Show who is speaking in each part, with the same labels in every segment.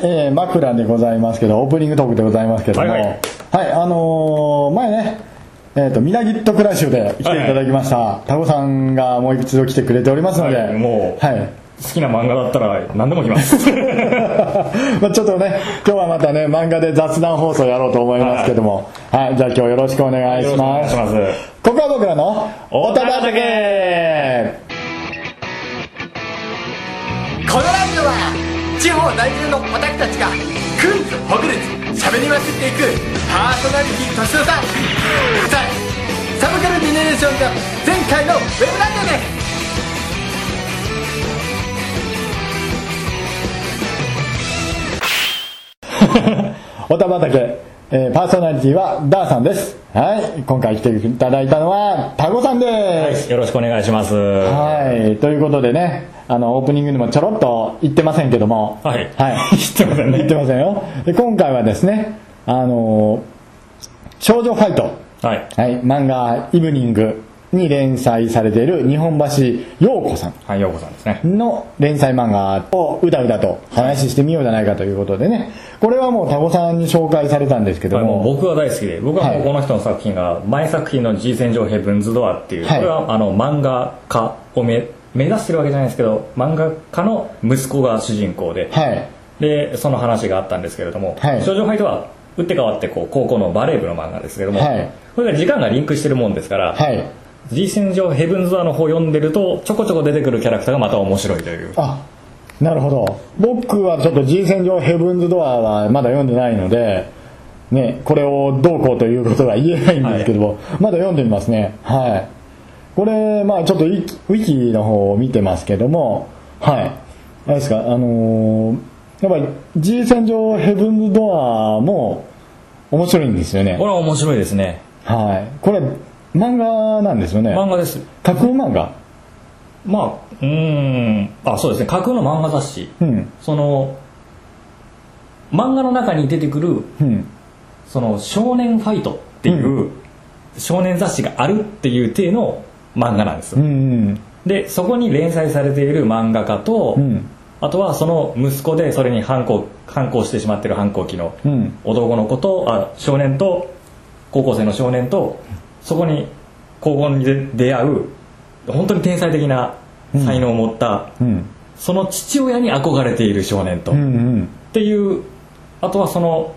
Speaker 1: えー、枕でございますけどオープニングトークでございますけども
Speaker 2: は
Speaker 1: はいい、
Speaker 2: はい
Speaker 1: あのー前ねえー、とみなぎっとクラッシュで来ていただきましたタコ、さんがもう一度来てくれておりますので、
Speaker 2: はいもう
Speaker 1: はい、
Speaker 2: 好きな漫画だったら何でも来ます
Speaker 1: まあちょっとね今日はまたね漫画で雑談放送やろうと思いますけども、はいじゃあ今 日よろしくお願いします
Speaker 2: よろしくお願いし
Speaker 1: ここは僕らの
Speaker 2: おたばた
Speaker 1: け
Speaker 3: このラジオは地方在住の私たちがくんつほぐれつしゃべりまくっていくパーソナリティ年の差ザサブカルディネレーションが前回のウェブラジオです
Speaker 1: おたばたけ、えーパーソナリティはダーさんですはい今回来ていただいたのはタゴさんです
Speaker 2: よろしくお願いします
Speaker 1: はい、ということでねあのオープニングにもちょろっと言ってませんけども
Speaker 2: はい
Speaker 1: はい、
Speaker 2: 知ってませんね
Speaker 1: 言ってませんよで今回はですねあのー少女ファイト
Speaker 2: はい
Speaker 1: はい、漫画「イブニング」に連載されている日本橋陽子さん
Speaker 2: はい陽子さんですね
Speaker 1: の連載漫画をうだうだと話してみようじゃないかということでねこれはもうタコさんに紹介されたんですけど
Speaker 2: はいもう
Speaker 1: も
Speaker 2: 僕は大好きで僕はも
Speaker 1: は
Speaker 2: う
Speaker 1: い
Speaker 2: この人の作品が前作品の「G 戦場ヘブンズ・ドア」っていう、
Speaker 1: はい
Speaker 2: これはあの漫画家をめ目指してるわけじゃないですけど漫画家の息子が主人公で、
Speaker 1: はい
Speaker 2: でその話があったんですけれども「
Speaker 1: はい
Speaker 2: 少女ファイト」は打って変わってこう高校のバレー部の漫画ですけども、
Speaker 1: はい
Speaker 2: これが時間がリンクしてるもんですから、
Speaker 1: はい
Speaker 2: G 戦場ヘブンズ・ドアの方読んでるとちょこちょこ出てくるキャラクターがまた面白いという
Speaker 1: あなるほど僕はちょっと G 戦場ヘブンズ・ドアはまだ読んでないのでねこれをどうこうということは言えないんですけども、まだ読んでみますねはいこれまあちょっとウィキウィキの方を見てますけどもはいあれですかあのーやっぱり G 戦場ヘブンズ・ドアも面白いんですよね
Speaker 2: これは面白いですね
Speaker 1: はいこれ漫画なんですよね
Speaker 2: 漫画です
Speaker 1: 架空漫画
Speaker 2: まあうーんあそうですね架空の漫画雑誌、
Speaker 1: うん
Speaker 2: その漫画の中に出てくる
Speaker 1: うん
Speaker 2: その少年ファイトっていう、
Speaker 1: う
Speaker 2: 少年雑誌があるっていう体の漫画なんです、
Speaker 1: うんうん
Speaker 2: でそこに連載されている漫画家と、
Speaker 1: うん
Speaker 2: あとはその息子でそれに反抗反抗してしまってる反抗期の
Speaker 1: うん
Speaker 2: 男の子とあ少年と高校生の少年とそこに高校に出出会う本当に天才的な才能を持った、
Speaker 1: うん
Speaker 2: その父親に憧れている少年と、
Speaker 1: うんう
Speaker 2: っ
Speaker 1: ん
Speaker 2: ていうあとはその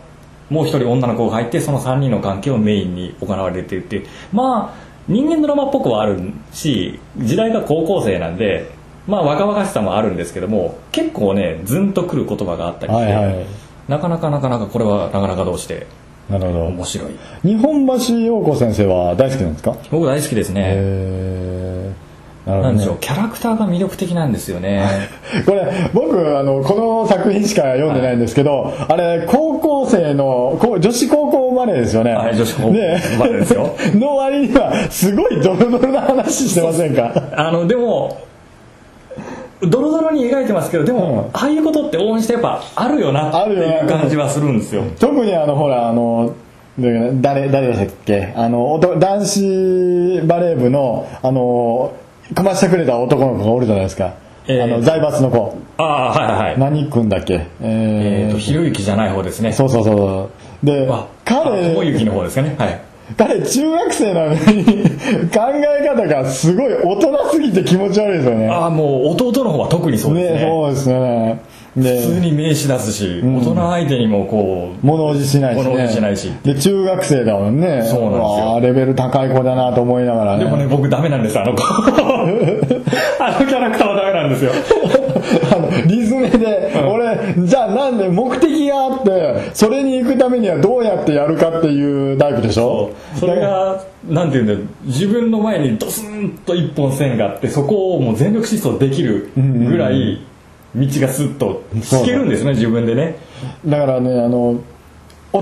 Speaker 2: もう一人女の子が入ってその3人の関係をメインに行われているっていうまあ人間ドラマっぽくはあるし時代が高校生なんでまあ若々しさもあるんですけども結構ねずんとくる言葉があったりし
Speaker 1: は
Speaker 2: て、
Speaker 1: いはい
Speaker 2: なかなかなかなかこれはなかなかどうして
Speaker 1: なるほ
Speaker 2: 面
Speaker 1: ど
Speaker 2: 白い
Speaker 1: 日本橋陽子先生は大好きなんですか
Speaker 2: 僕大好きですね
Speaker 1: へえなる
Speaker 2: なんでし
Speaker 1: ほ
Speaker 2: ょ
Speaker 1: ど
Speaker 2: うキャラクターが魅力的なんですよね
Speaker 1: ねこれ僕あのこの作品しか読んでないんですけど、あれ高校生のこう女子高校生まれですよね
Speaker 2: はい女子高校生まれですよ
Speaker 1: の割にはすごいドロドロな話してませんか
Speaker 2: あのでもドロドロに描いてますけどでも、
Speaker 1: うん
Speaker 2: ああいうことって応援してやっぱあるよな
Speaker 1: あ
Speaker 2: って
Speaker 1: るよ
Speaker 2: いう
Speaker 1: な
Speaker 2: 感じはするんですよ
Speaker 1: 特にあのほらあの誰誰でしたっけあのおと男子バレー部のあのかましてくれた男の子がおるじゃないですか、
Speaker 2: えー
Speaker 1: あの財閥の子
Speaker 2: ああはいはい
Speaker 1: 何君だっけ
Speaker 2: え
Speaker 1: え
Speaker 2: っ、
Speaker 1: ー
Speaker 2: とひろゆきじゃない方ですね
Speaker 1: そうそうそうそうで
Speaker 2: ああともゆ
Speaker 1: 彼
Speaker 2: きの方ですかねはい
Speaker 1: 彼中学生なのに考え方がすごい大人すぎて気持ち悪いですよね
Speaker 2: ああもう弟の方は特にそうですね
Speaker 1: ねそうですねで
Speaker 2: 普通に名詞出すし、大人相手にもこう
Speaker 1: 物おじしないし、ね、
Speaker 2: 物おじしないし
Speaker 1: で中学生だもんね
Speaker 2: そうなんですよ
Speaker 1: わあレベル高い子だなと思いながらね
Speaker 2: でもね、僕ダメなんです、あ の子。あのキャラクターはダメなんですよ。
Speaker 1: あのリズムで、俺じゃあなんで目的があってそれに行くためにはどうやってやるかっていうタイプでしょ
Speaker 2: それが、なんていうんだろう、自分の前にドスンと一本線があって、そこをもう全力疾走できるぐらい、道がスッと敷けるんですね、自分でね。
Speaker 1: だからねあの大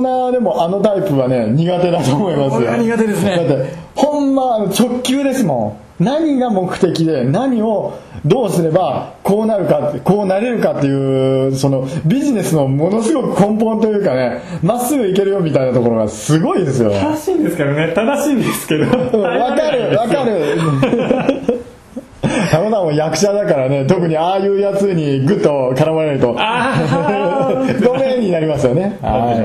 Speaker 1: 人でもあのタイプはね苦手だと思います
Speaker 2: 僕
Speaker 1: よ
Speaker 2: は苦手ですね
Speaker 1: だってほんまあの直球ですもん何が目的で何をどうすればこうなるかってこうなれるかっていうそのビジネスのものすごく根本というかねまっすぐいけるよみたいなところがすごいですよね
Speaker 2: 正しいんですけどね、正しいんですけど。
Speaker 1: うんわかるわかる。カヨナも役者だからね特にああいうやつにグッと絡まれると
Speaker 2: あ ー
Speaker 1: ごめんになりますよね
Speaker 2: わかりま
Speaker 1: はい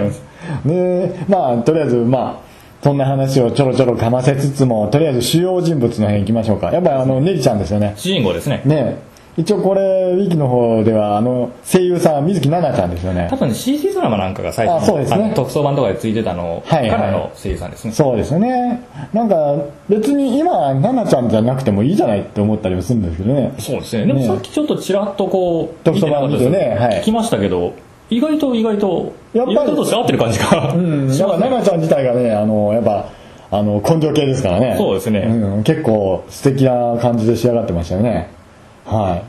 Speaker 1: でまあとりあえずまあそんな話をちょろちょろかませつつもとりあえず主要人物の辺行きましょうかやっぱりあのネリちゃんですよね
Speaker 2: 主人公ですね
Speaker 1: ね一応これウィキの方ではあの声優さん水木奈々ちゃんですよね
Speaker 2: 多分 CC ドラマなんかが最
Speaker 1: あ
Speaker 2: 初
Speaker 1: そ
Speaker 2: の
Speaker 1: うですね
Speaker 2: あの特装版とかでついてたのか
Speaker 1: はいはい
Speaker 2: らの声優さんですね、
Speaker 1: そうですよねなんか別に今奈々ちゃんじゃなくてもいいじゃないって思ったりもするんですけどね
Speaker 2: そうですねでも
Speaker 1: ね
Speaker 2: さっきちょっとちらっとこう
Speaker 1: 特装版
Speaker 2: 見てなかったです
Speaker 1: 見てねはい
Speaker 2: 聞きましたけど意外と意外と
Speaker 1: やっぱり
Speaker 2: 意外として合ってる感じが、
Speaker 1: うん、
Speaker 2: し
Speaker 1: やっ
Speaker 2: ま
Speaker 1: ぱ
Speaker 2: すね
Speaker 1: 奈々ちゃん自体がねあのやっぱあの根性系ですからね
Speaker 2: そうですね
Speaker 1: うん、結構素敵な感じで仕上がってましたよねは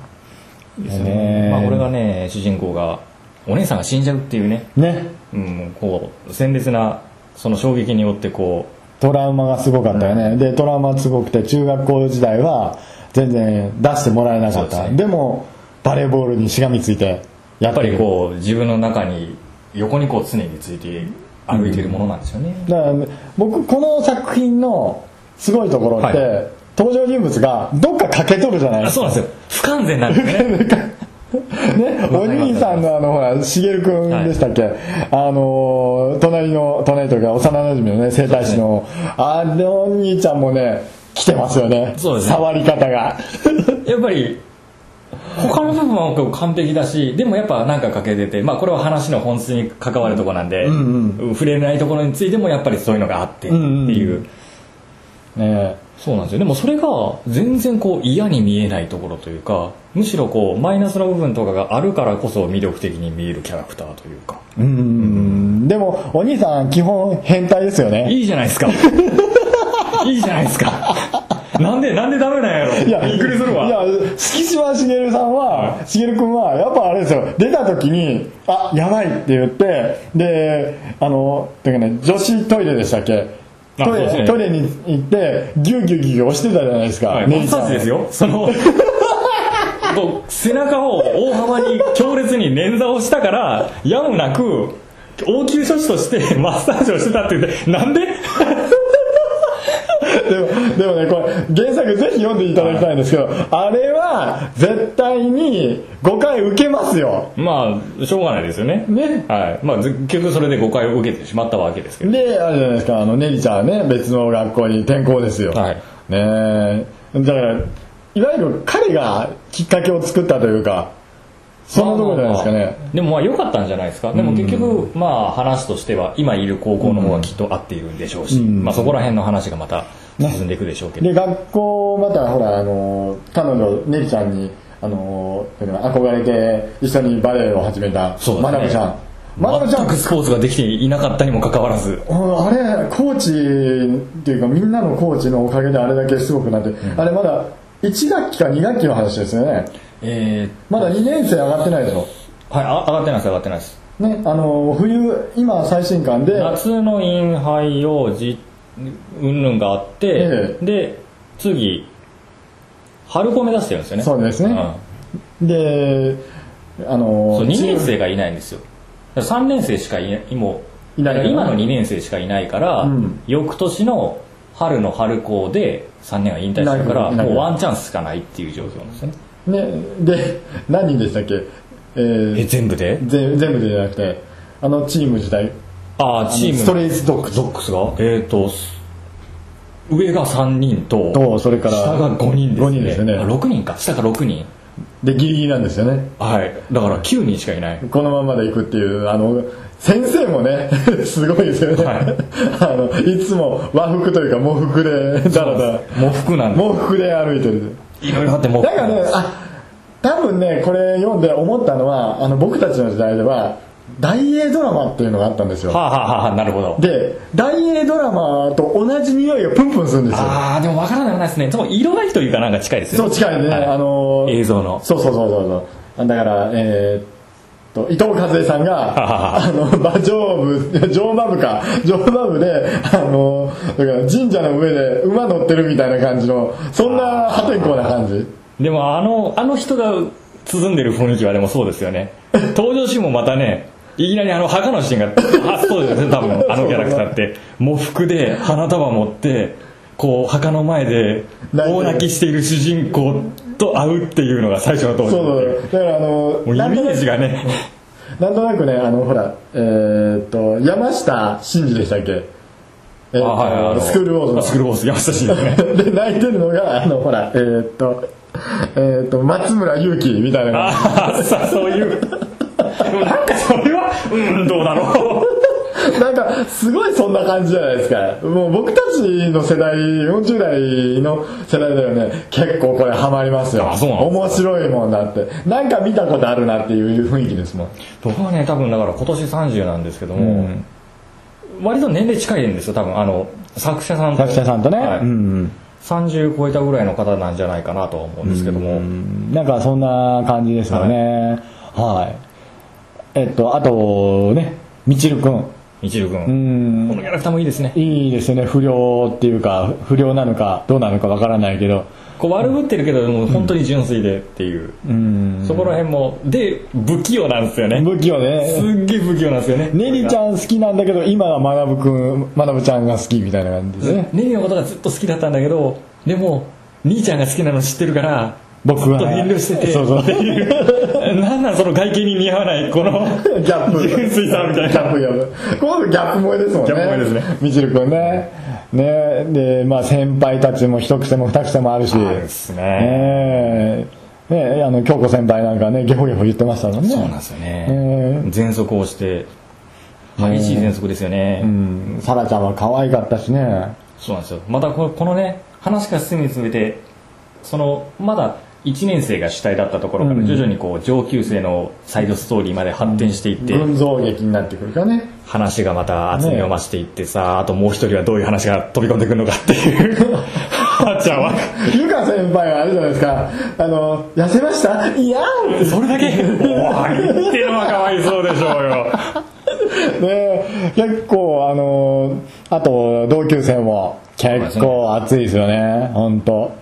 Speaker 1: い
Speaker 2: ですねまあ、これがね主人公がお姉さんが死んじゃうっていうね、
Speaker 1: ね
Speaker 2: うん、こう鮮烈なその衝撃によってこ
Speaker 1: トラウマがすごかったよね、でトラウマすごくて中学校時代は全然出してもらえなかっ
Speaker 2: そう
Speaker 1: た
Speaker 2: で
Speaker 1: で,、
Speaker 2: すね
Speaker 1: もバレーボールにしがみついて
Speaker 2: う
Speaker 1: や
Speaker 2: やっぱりこう自分の中に横にこう常について歩いてるものなんですよね、
Speaker 1: だから僕この作品のすごいところって、
Speaker 2: は
Speaker 1: 登場人物がどっか駆け取るじゃない
Speaker 2: あ
Speaker 1: です
Speaker 2: そう
Speaker 1: か
Speaker 2: なんですよ不完全なんですよね
Speaker 1: ね、 お兄さんのあのほらしげる君でしたっけ、あのー隣の隣というか幼なじみのね整体師の、あのお兄ちゃんもね来てますよね
Speaker 2: そうですね
Speaker 1: 触り方が
Speaker 2: やっぱり他の部分はこう完璧だしでもやっぱなんか欠けてて、まあ、これは話の本質に関わるとこなんで、
Speaker 1: ん
Speaker 2: 触れないところについてもやっぱりそういうのがあってって
Speaker 1: んうん
Speaker 2: いう、
Speaker 1: ね
Speaker 2: そうなんですよでもそれが全然こう嫌に見えないところというかむしろこうマイナスの部分とかがあるからこそ魅力的に見えるキャラクターというか
Speaker 1: うんでもお兄さん基本変態ですよね
Speaker 2: いいじゃない ですかいいじゃないですかなんでなんでダメなんやろ
Speaker 1: いや
Speaker 2: びっくりするわ
Speaker 1: いや敷島茂さんは茂君はやっぱあれですよ出た時に「あやばい」って言ってであのていうかね女子トイレでしたっけ
Speaker 2: あ
Speaker 1: トイ
Speaker 2: そうです
Speaker 1: レ
Speaker 2: ね
Speaker 1: トイレに行ってギュウギュウギュウギュウ押してたじゃないですか、
Speaker 2: はい、マ
Speaker 1: ネギ
Speaker 2: ッ
Speaker 1: ちゃ
Speaker 2: サ
Speaker 1: ん
Speaker 2: ージですよそのこう背中を大幅に強烈に捻挫をしたからやむなく応急処置としてマッサージをしてたって言ってなんで
Speaker 1: でもでもねこれ原作ぜひ読んでいただきたいんですけど、あれは絶対に誤解受けますよ
Speaker 2: まあしょうがないですよね
Speaker 1: ね
Speaker 2: はいまあ、ず結局それで誤解を受けてしまったわけですけど、
Speaker 1: であれじゃないですかあのネリちゃんはね別の学校に転校ですよ、
Speaker 2: はい
Speaker 1: ねえだからいわゆる彼がきっかけを作ったというかそんなところじゃないですかね
Speaker 2: でもまあ良かったんじゃないですかでも結局まあ話としては今いる高校の方がきっと合っているんでしょうし、まあ、そこら辺の話がまた進んでいくでしょうけど、
Speaker 1: で学校またほらあの彼女ネリちゃんにあのだから憧れて一緒にバレエを始めた
Speaker 2: そう
Speaker 1: マ
Speaker 2: だ
Speaker 1: ダ
Speaker 2: ね
Speaker 1: ムちゃんマダムちゃ
Speaker 2: 全
Speaker 1: ん
Speaker 2: くスポーツができていなかったにもかかわらず
Speaker 1: うんあれコーチっていうかみんなのコーチのおかげであれだけすごくなって、あれまだ1学期か2学期の話ですよね
Speaker 2: えー
Speaker 1: まだ2年生上がってないでしょ
Speaker 2: はい、あ上がってないです上がってないです
Speaker 1: ねあの冬今最新刊で
Speaker 2: 夏のインハイをじうんぬんがあって、
Speaker 1: え
Speaker 2: で次春子目指してるんですよね
Speaker 1: そうですね
Speaker 2: ん
Speaker 1: であの
Speaker 2: そう2年
Speaker 1: 中
Speaker 2: 生がいないんですよ3年生しかいないもう
Speaker 1: いないよね
Speaker 2: 今の2年生しかいないから、
Speaker 1: うん
Speaker 2: 翌年の春の春高で3年が引退してるから
Speaker 1: いないよね
Speaker 2: もうワンチャンスしかないっていう状況なんですね
Speaker 1: ねで何人でしたっけ、えー
Speaker 2: え全部で
Speaker 1: ぜ全部でじゃなくてあのチーム自体
Speaker 2: ああチーム
Speaker 1: ストレイズドッグス
Speaker 2: ゾックスがえっ、とす上が3人と
Speaker 1: とそれから
Speaker 2: 下が5人ですね
Speaker 1: 五人ですね
Speaker 2: あ6人か下が6人
Speaker 1: でギリギリなんですよね
Speaker 2: はいだから9人しかいない
Speaker 1: このままでいくっていうあの先生もね すごいですよね、
Speaker 2: はい
Speaker 1: い、あのいつも和服というか喪服でだらだら
Speaker 2: 喪服なんで
Speaker 1: 喪服で歩いてる
Speaker 2: いろいろあって喪服
Speaker 1: だからねあ多分ねこれ読んで思ったのはあの僕たちの時代では大英ドラマっていうのがあったんですよ
Speaker 2: はあ、はあはあはあ、なるほど
Speaker 1: で大英ドラマと同じ匂いがプンプンするんですよ
Speaker 2: ああでも分からなくないですねでも色がいいというかなんか近いです
Speaker 1: そ
Speaker 2: よ
Speaker 1: う近いね、
Speaker 2: はい
Speaker 1: あのー
Speaker 2: 映像の
Speaker 1: そうそうそうそうそうだからえーっと伊藤和恵さんがあの馬上部乗馬部か乗馬部であのだから神社の上で馬乗ってるみたいな感じのそんな破天荒な感じ
Speaker 2: でもあのあの人が包んでる雰囲気はでもそうです よね登場シーンもまたねいきなりあの墓のシーンが初登場ですね多分あのキャラクターって喪服で花束持ってこう墓の前で大泣きしている主人公と合うっていうのが最初の登
Speaker 1: そ
Speaker 2: 場っていう
Speaker 1: うそうだからあの
Speaker 2: もうイ
Speaker 1: なんと
Speaker 2: メ
Speaker 1: な
Speaker 2: ー
Speaker 1: く
Speaker 2: ジがね
Speaker 1: なんとなくねあのほらえーっと山下真司でしたっけえーっと
Speaker 2: あはいはいあの
Speaker 1: スクールウォーズの
Speaker 2: あスクールウォーズ山下真司ね
Speaker 1: で泣いてるのがあのほらえーっとえーっと松村雄基みたいな
Speaker 2: ああさそういうでもなんかそれはうんどうだろう
Speaker 1: なんかすごいそんな感じじゃないですかもう僕たちの世代40代の世代だよね結構これハマりますよ
Speaker 2: あそうなんです
Speaker 1: 面白いもんだってなんか見たことあるなっていう雰囲気ですもん
Speaker 2: 僕はね多分だから今年30なんですけども、割と年齢近いんですよ多分あの作者さんと
Speaker 1: 作者さんとね、
Speaker 2: はい
Speaker 1: うん
Speaker 2: 30超えたぐらいの方なんじゃないかなとは思うんですけども、
Speaker 1: うんなんかそんな感じですよねはい、えっとあとねみちるくん
Speaker 2: 一流君、
Speaker 1: うん
Speaker 2: このキャラクターもいいですね
Speaker 1: いいですよね不良っていうか不良なのかどうなのかわからないけど
Speaker 2: こう悪ぶってるけどでも本当に純粋でっていう、
Speaker 1: うん
Speaker 2: そこら辺もで不器用なんですよね
Speaker 1: 不器用
Speaker 2: す
Speaker 1: ね
Speaker 2: っげえ不器用なんですよね
Speaker 1: ねりちゃん好きなんだけど今はまなぶくんまなぶちゃんが好きみたいな感じですね
Speaker 2: ネギのことがずっと好きだったんだけどでも兄ちゃんが好きなの知ってるから
Speaker 1: 僕は
Speaker 2: ずっと遠慮してて
Speaker 1: そうそう
Speaker 2: っていうなんなんその外見に似合わないこの
Speaker 1: ギャップ
Speaker 2: 純粋さみたいな
Speaker 1: ギャップギャップこのギャップ萌えですもんね
Speaker 2: ギャップ萌えですね
Speaker 1: みちるくんねねでまあ先輩たちも一癖も二癖もあるし
Speaker 2: あるっす
Speaker 1: ね
Speaker 2: ね
Speaker 1: えねえあの京子先輩なんかねゲホゲホ言ってましたもんね
Speaker 2: そうなんですよね
Speaker 1: え
Speaker 2: 喘息をして激しい喘息ですよね、
Speaker 1: うんさらちゃんは可愛かったしね
Speaker 2: そうなんですよまたここのね話が進み詰めてそのまだ1年生が主体だったところから徐々にこう上級生のサイドストーリーまで発展していって、
Speaker 1: 群像劇になってくるからね
Speaker 2: 話がまた厚みを増していってさ、あともう一人はどういう話が飛び込んでくるのかっていう あーちゃんは
Speaker 1: ゆか先輩はあれじゃないですかあの痩せましたいやーって
Speaker 2: それだけおい言ってるのはかわいそうでしょうよ
Speaker 1: ね結構あのあと同級生も結構熱いですよね本当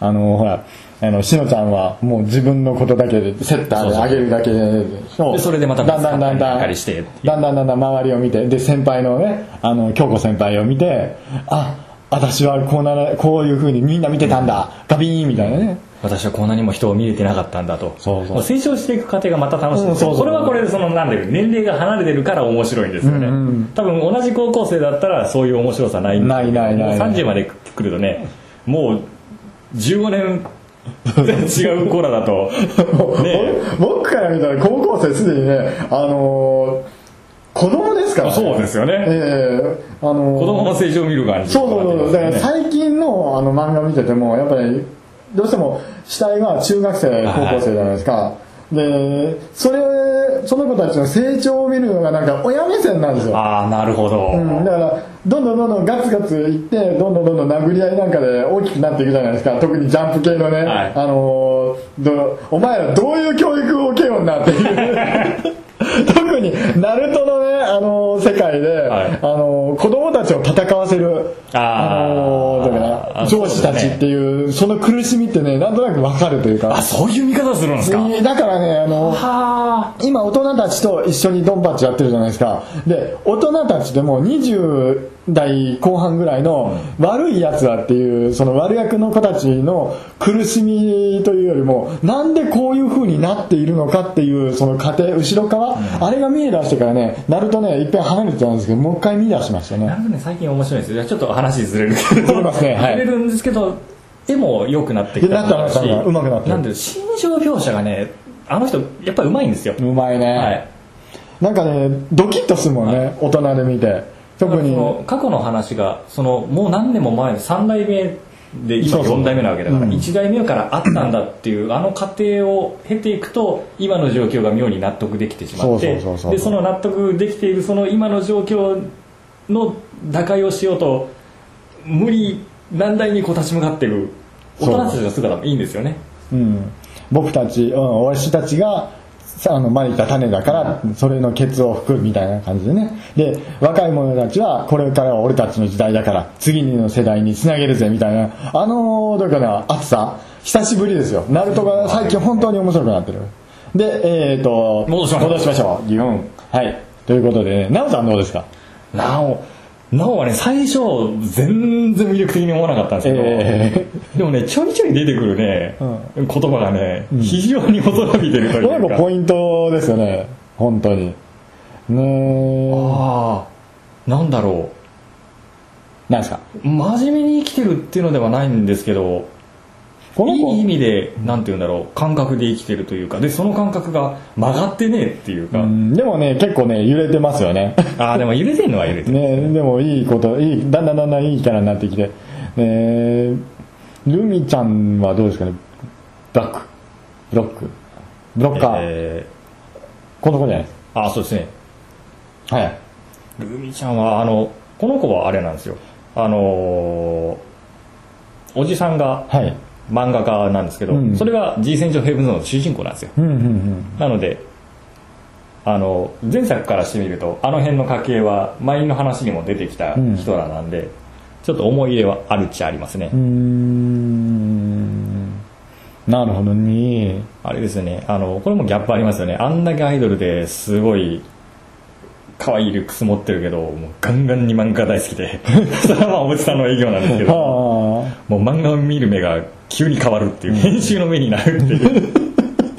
Speaker 1: あのほらあのしのちゃんはもう自分のことだけでセッターで上げるだけで
Speaker 2: でそれでまた
Speaker 1: だんだんだん
Speaker 2: ぶつか
Speaker 1: だ
Speaker 2: った
Speaker 1: ん
Speaker 2: りして
Speaker 1: だんだんだんだん周りを見てで先輩のねあの京子先輩を見てあ私はこうならこういうふうにみんな見てたんだガビーンみたいなね
Speaker 2: 私はこんなにも人を見れてなかったんだと
Speaker 1: そうそう
Speaker 2: も成長していく過程がまた楽しい
Speaker 1: うんそうそう
Speaker 2: これはこれでそのなんだけど年齢が離れてるから面白いんですよね、
Speaker 1: うんう
Speaker 2: 多分同じ高校生だったらそういう面白さない
Speaker 1: ないないないない
Speaker 2: もう30まで来るとねもう15年違う子ら だとねえ
Speaker 1: 僕から見たら高校生すでにねあのー子供ですから、ね、
Speaker 2: そうですよね
Speaker 1: ええあのー
Speaker 2: 子供の成長を見る感じ
Speaker 1: そうそうそうだから
Speaker 2: ね
Speaker 1: 最近のあの漫画見ててもやっぱりどうしても死体が中学生高校生じゃないですか、でそれその子たちの成長を見るのがなんか親目線なんですよ
Speaker 2: ああなるほど、
Speaker 1: うん、だからどんどんどんどんガツガツいってどんどんどんどん殴り合いなんかで大きくなっていくじゃないですか特にジャンプ系のね、
Speaker 2: はい
Speaker 1: あのーどお前らどういう教育を受けようんだ っていう特にナルトのね、あのー世界で、
Speaker 2: い
Speaker 1: あのー子供たちを戦わせる
Speaker 2: あー
Speaker 1: のーだから
Speaker 2: あ
Speaker 1: 上司たち
Speaker 2: そうですね
Speaker 1: っていうその苦しみってねなんとなくわかるという
Speaker 2: あ
Speaker 1: か
Speaker 2: そういう見方するんですか、
Speaker 1: だからねあのー
Speaker 2: は
Speaker 1: 今大人たちと一緒にドンパッチやってるじゃないですかで大人たちでも20代後半ぐらいの悪いやつだっていうその悪役の子たちの苦しみというよりもなんでこういう風になっているのかっていうその過程後ろ側、あれが見え出してからねなるとねいっぺん離れてたんですけどもう一回見出しました
Speaker 2: な
Speaker 1: ね
Speaker 2: るほどね最近面白いですよじゃあちょっと話ずれるけど
Speaker 1: ずれますねはい
Speaker 2: ずれるんですけど絵も良くなってきたと思うし
Speaker 1: なったなったなった上手くなってる
Speaker 2: なんで心情描写がねあの人やっぱりうまいんですよ、
Speaker 1: うまいね、
Speaker 2: はい
Speaker 1: なんかねドキッとするもんね、大人で見て特
Speaker 2: そ
Speaker 1: に
Speaker 2: の過去の話がそのもう何年も前の3代目で今
Speaker 1: そうそう
Speaker 2: 4代目なわけだから
Speaker 1: うん
Speaker 2: 1代目からあったんだっていうあの過程を経ていくと今の状況が妙に納得できてしまって
Speaker 1: そうそうそうそう
Speaker 2: でその納得できているその今の状況の打開をしようと無理難題にこう立ち向かってる大人たちの姿もいいんですよね
Speaker 1: うん、僕たち、うん、私たちがさあのまいた種だからそれのケツを吹くみたいな感じでねで若い者たちはこれからは俺たちの時代だから次の世代につなげるぜみたいなあのだから熱さ久しぶりですよナルトが最近本当に面白くなってるでえっ、と
Speaker 2: 戻しましょう
Speaker 1: 戻しましょうギュンはいということでね奈緒さんどうですか
Speaker 2: なおなおはね最初全然魅力的に思わなかったんですけど、
Speaker 1: え
Speaker 2: でもねちょいちょい出てくるね、
Speaker 1: う
Speaker 2: 言葉がね非常に大人びてると
Speaker 1: こ
Speaker 2: い
Speaker 1: れ
Speaker 2: う
Speaker 1: も
Speaker 2: か
Speaker 1: ポイントですよね本当にね
Speaker 2: ああなんだろ
Speaker 1: えんですか
Speaker 2: う真面目に生きてるっていうのではないんですけど
Speaker 1: この
Speaker 2: いい意
Speaker 1: 子
Speaker 2: 味でなんて言うんだろう感覚で生きてるというかでその感覚が曲がってねえっていうか、
Speaker 1: うんでもね結構ね揺れてますよ ね
Speaker 2: ああでも揺れてんのは揺れてる、
Speaker 1: ねでもいいこといいだんだんだんだんいいキャラになってきてえルミちゃんはどうですかねブラックブロックブロッカー、
Speaker 2: え
Speaker 1: この子じゃないです
Speaker 2: ー、ああそうですね
Speaker 1: かはい
Speaker 2: ルミちゃんはあのこの子はあれなんですよあのーおじさんが
Speaker 1: はい
Speaker 2: 漫画家なんですけど、
Speaker 1: うん
Speaker 2: それが G 戦場ヘブンズの主人公なんですよ
Speaker 1: うんうんうん
Speaker 2: なのであの前作からしてみるとあの辺の家系は前の話にも出てきた人らなんで、ちょっと思い入れはあるっちゃありますね、
Speaker 1: うーんなるほどね
Speaker 2: あれですねあのこれもギャップありますよねあんだけアイドルですごい可愛いルックス持ってるけどもうガンガンに漫画大好きで それはまあおじさんの営業なんですけど
Speaker 1: はあ
Speaker 2: もう漫画を見る目が急に変わるっていう編集の目になるっていう すげ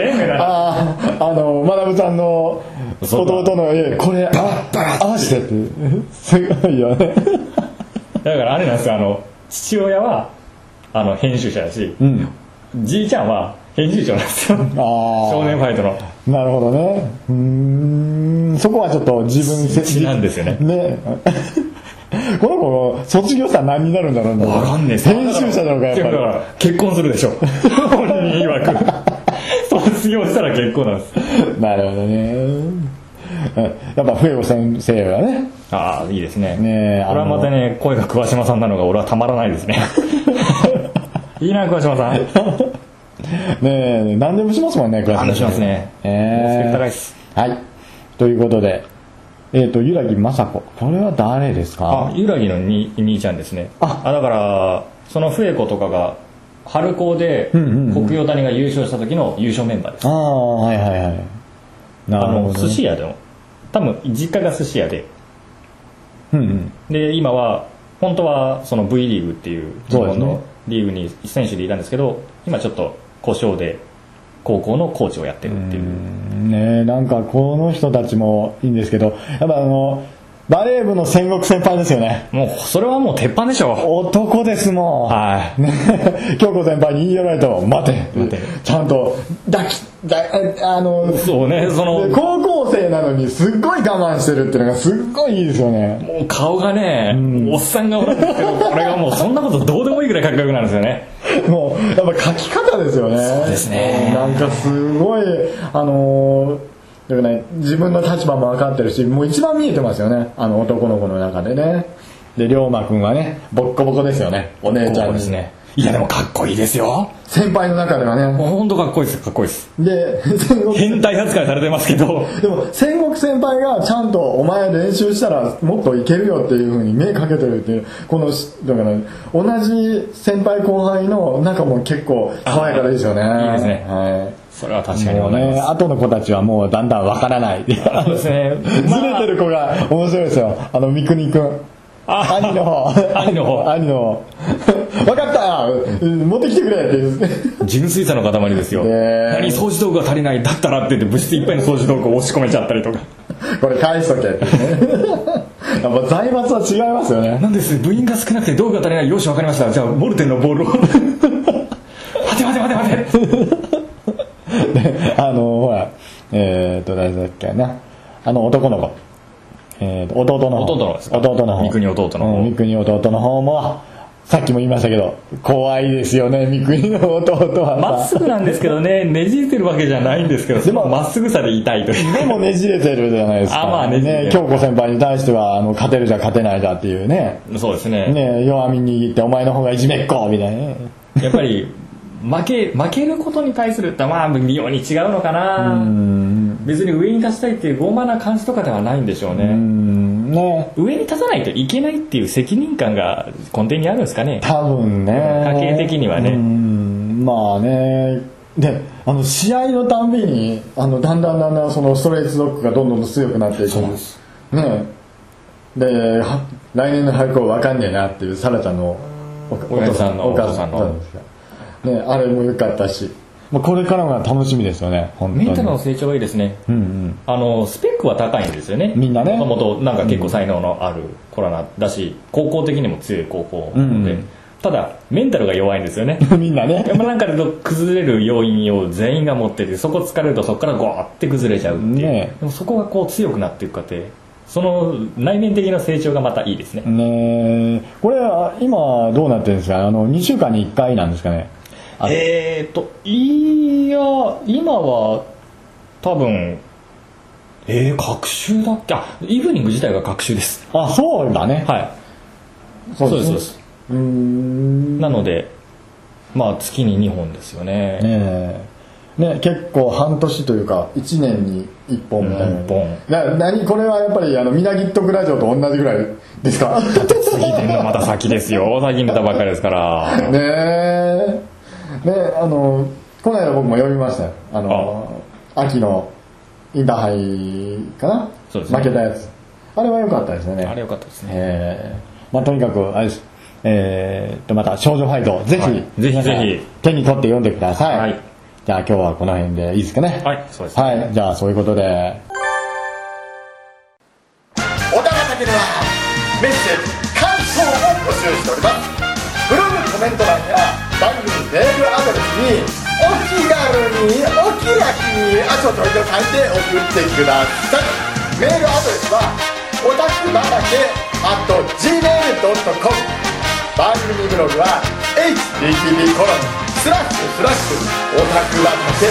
Speaker 2: え目だ
Speaker 1: あああのマダムちゃんの
Speaker 2: そうだ
Speaker 1: 弟の家これあ合わせてってすごいよ ね
Speaker 2: だからあれなんですよあの父親はあの編集者だし、
Speaker 1: うん
Speaker 2: じいちゃんは編集長なんですよ
Speaker 1: ああ
Speaker 2: 少年ファイトの
Speaker 1: なるほどねうーんそこはちょっと自分
Speaker 2: 血なんですよね
Speaker 1: ね この子卒業したら何になるんだろうな
Speaker 2: わかんねえ
Speaker 1: 編集者なのかやっぱ
Speaker 2: だ
Speaker 1: り
Speaker 2: から結婚するでしょ本人曰く卒業したら結婚なんです
Speaker 1: なるほどねうんやっぱ笛尾先生はね
Speaker 2: ああいいですね
Speaker 1: ねえ
Speaker 2: これはまたね声が桑島さんなのが俺はたまらない ですねいいな桑島さ
Speaker 1: ね
Speaker 2: ん
Speaker 1: え何でもしますもんね
Speaker 2: 何でもしますね
Speaker 1: え
Speaker 2: スペク
Speaker 1: え
Speaker 2: タライス
Speaker 1: はいということでえっ、とゆらぎまさここれは誰です
Speaker 2: あ
Speaker 1: か
Speaker 2: ゆらぎのに兄ちゃんですね
Speaker 1: あ
Speaker 2: だからその笛子とかが春高で
Speaker 1: うんうんうん
Speaker 2: 国業谷が優勝した時の優勝メンバーです
Speaker 1: ああはいはいはいな
Speaker 2: あ
Speaker 1: る
Speaker 2: の
Speaker 1: ほどね
Speaker 2: 寿司屋でも多分実家が寿司屋で
Speaker 1: うんうん
Speaker 2: で今は本当はその V リーグっていう日
Speaker 1: そうです
Speaker 2: 本
Speaker 1: ね
Speaker 2: のリーグに選手でいたんですけど今ちょっと故障で高校のコーチをやってるっていう
Speaker 1: ねえなんかこの人たちもいいんですけどやっぱあのバレー部の戦国先輩ですよね
Speaker 2: もうそれはもう鉄板でしょ
Speaker 1: 男ですもん
Speaker 2: はい
Speaker 1: ね え京子先輩に言い寄られても待て
Speaker 2: 待て
Speaker 1: ちゃんと抱きだあの
Speaker 2: そうねその
Speaker 1: で高校生なのにすっごい我慢してるっていうのがすっごいいいですよね
Speaker 2: もう顔がね、
Speaker 1: ん
Speaker 2: おっさんがおるんですけど、これがもうそんなことどうでもいいぐらいかっこよくなるんですよね。
Speaker 1: もうやっぱ書き方ですよねそう
Speaker 2: ですね
Speaker 1: なんかすごいあのーよくない自分の立場も分かってるしもう一番見えてますよねあの男の子の中でねで龍馬君はねボッコボコですよねお姉ちゃんに
Speaker 2: ですね。いやでもかっこいいですよ。
Speaker 1: 先輩の中ではね
Speaker 2: もうほんとかっこいいです、かっこいいです。
Speaker 1: で 戦国
Speaker 2: 変態扱いされてますけど、
Speaker 1: でも戦国先輩がちゃんとお前練習したらもっといけるよっていうふうに目かけてるっていうこのしだから同じ先輩後輩の仲も結構爽やかでいいですよね
Speaker 2: いいですね
Speaker 1: は
Speaker 2: それは確
Speaker 1: い
Speaker 2: かに
Speaker 1: も
Speaker 2: ご
Speaker 1: う
Speaker 2: ざい
Speaker 1: ね
Speaker 2: ます。
Speaker 1: 後の子たちはもうだんだんわからないずれ
Speaker 2: あのですね、
Speaker 1: てる子が面白いですよあの三國君
Speaker 2: あ
Speaker 1: 兄の方
Speaker 2: 兄の方
Speaker 1: 兄の方分かったうん持ってきてくれって言う
Speaker 2: まあ純粋さの塊ですよ。
Speaker 1: ねえ
Speaker 2: 何掃除道具が足りない、だったらって言って物質いっぱいの掃除道具を押し込めちゃったりとか。
Speaker 1: これ返しとけっていうねやっぱ財閥は違いますよね
Speaker 2: なんです、部員が少なくて道具が足りない、よしわかりました。じゃあ、モルテンのボールを。 待て待て待て待て。
Speaker 1: であのほらえっ、ー、と誰だっけなあの男の子えー、と弟の方
Speaker 2: 弟の方ですか
Speaker 1: 弟の方
Speaker 2: 三国弟の方
Speaker 1: うん、三国弟の方もさっきも言いましたけど怖いですよね三国の弟
Speaker 2: ま
Speaker 1: は
Speaker 2: っ
Speaker 1: さ
Speaker 2: すぐなんですけどね、ねじれてるわけじゃないんですけど、でもまっすぐさで痛いという。
Speaker 1: でもねじれてるじゃないですか
Speaker 2: あまあねじれてる
Speaker 1: 京子先輩に対してはあの勝てるじゃ勝てないじゃっていうね
Speaker 2: そうですね
Speaker 1: ね弱み握ってお前の方がいじめっ子みたいなね
Speaker 2: やっぱり負け負けることに対するまあ微妙に違うのかな別に上に立ちたいっていう傲慢な感じとかではないんでしょう
Speaker 1: う
Speaker 2: ね
Speaker 1: んね
Speaker 2: 上に立たないといけないっていう責任感が根底にあるんですかね
Speaker 1: 多分ね
Speaker 2: 家計的にはね
Speaker 1: うんまあねであの試合のたんびにあのだんだんだんだんそのストレートドッグがどんどん強くなっていくねでは来年の俳句は分かんねえなっていうサラちゃんのお
Speaker 2: お父さんの
Speaker 1: お母さん
Speaker 2: お母さんの
Speaker 1: なんですがねあれも良かったし、まあ、これからが楽しみですよね本当に
Speaker 2: メンタルの成長がいいですね、
Speaker 1: うんうん
Speaker 2: あのスペックは高いんですよね
Speaker 1: みんなね
Speaker 2: もともとなんか結構才能のある子らなだし高校的にも強い高校
Speaker 1: うん
Speaker 2: で、
Speaker 1: うん
Speaker 2: ただメンタルが弱いんですよね
Speaker 1: みんなね
Speaker 2: やっぱなんかで崩れる要因を全員が持っててそこ疲れるとそこからゴーって崩れちゃうっていう、
Speaker 1: ねえ
Speaker 2: でもそこがこう強くなっていく過程その内面的な成長がまたいいですね、
Speaker 1: ねえこれは今どうなってるんですかあの2週間に1回なんですかねあ
Speaker 2: えーといや今は多分えー、学習だっけあイブニング自体が学習です
Speaker 1: あそうだね
Speaker 2: はい
Speaker 1: そ
Speaker 2: そうですそう
Speaker 1: ね
Speaker 2: です
Speaker 1: うーんね
Speaker 2: なのでまあ月に2本ですよね
Speaker 1: えね結構半年というか1年に1本みたいな
Speaker 2: うん一本
Speaker 1: な何これはやっぱりあのみなぎっとくラジオと同じぐらいですか
Speaker 2: 過ぎてんのまた先ですよ最近出たばっかりですから
Speaker 1: ねえねあのこの間僕も読みましたよあの秋のインターハイかな
Speaker 2: そうですね
Speaker 1: 負けたやつあれは良かったですよね
Speaker 2: あれよかったですね
Speaker 1: えーまあ、とにかくあれですえーっとまた少女ファイトぜひ、
Speaker 2: はいぜひぜひ
Speaker 1: 手に取って読んでください、
Speaker 2: はい
Speaker 1: じゃあ今日はこの辺でいいですかね
Speaker 2: はいそうです
Speaker 1: はい、じゃあそういうことで
Speaker 3: 小田がではメッセージ感想を募集しておりますブログコメント欄や番組メールアドレスにお気軽にお気楽にあちょといと書いて送ってくださいメールアドレスはおたくばらけ at gmail.com 番組ブログは http コロンスラッシュスラッシュおたくばらけ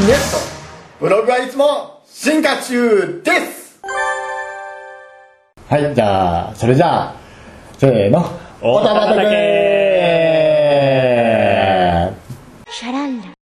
Speaker 3: .caesar.net ブログはいつも進化中です
Speaker 1: はいじゃあそれじゃあせーの
Speaker 2: おたばたけ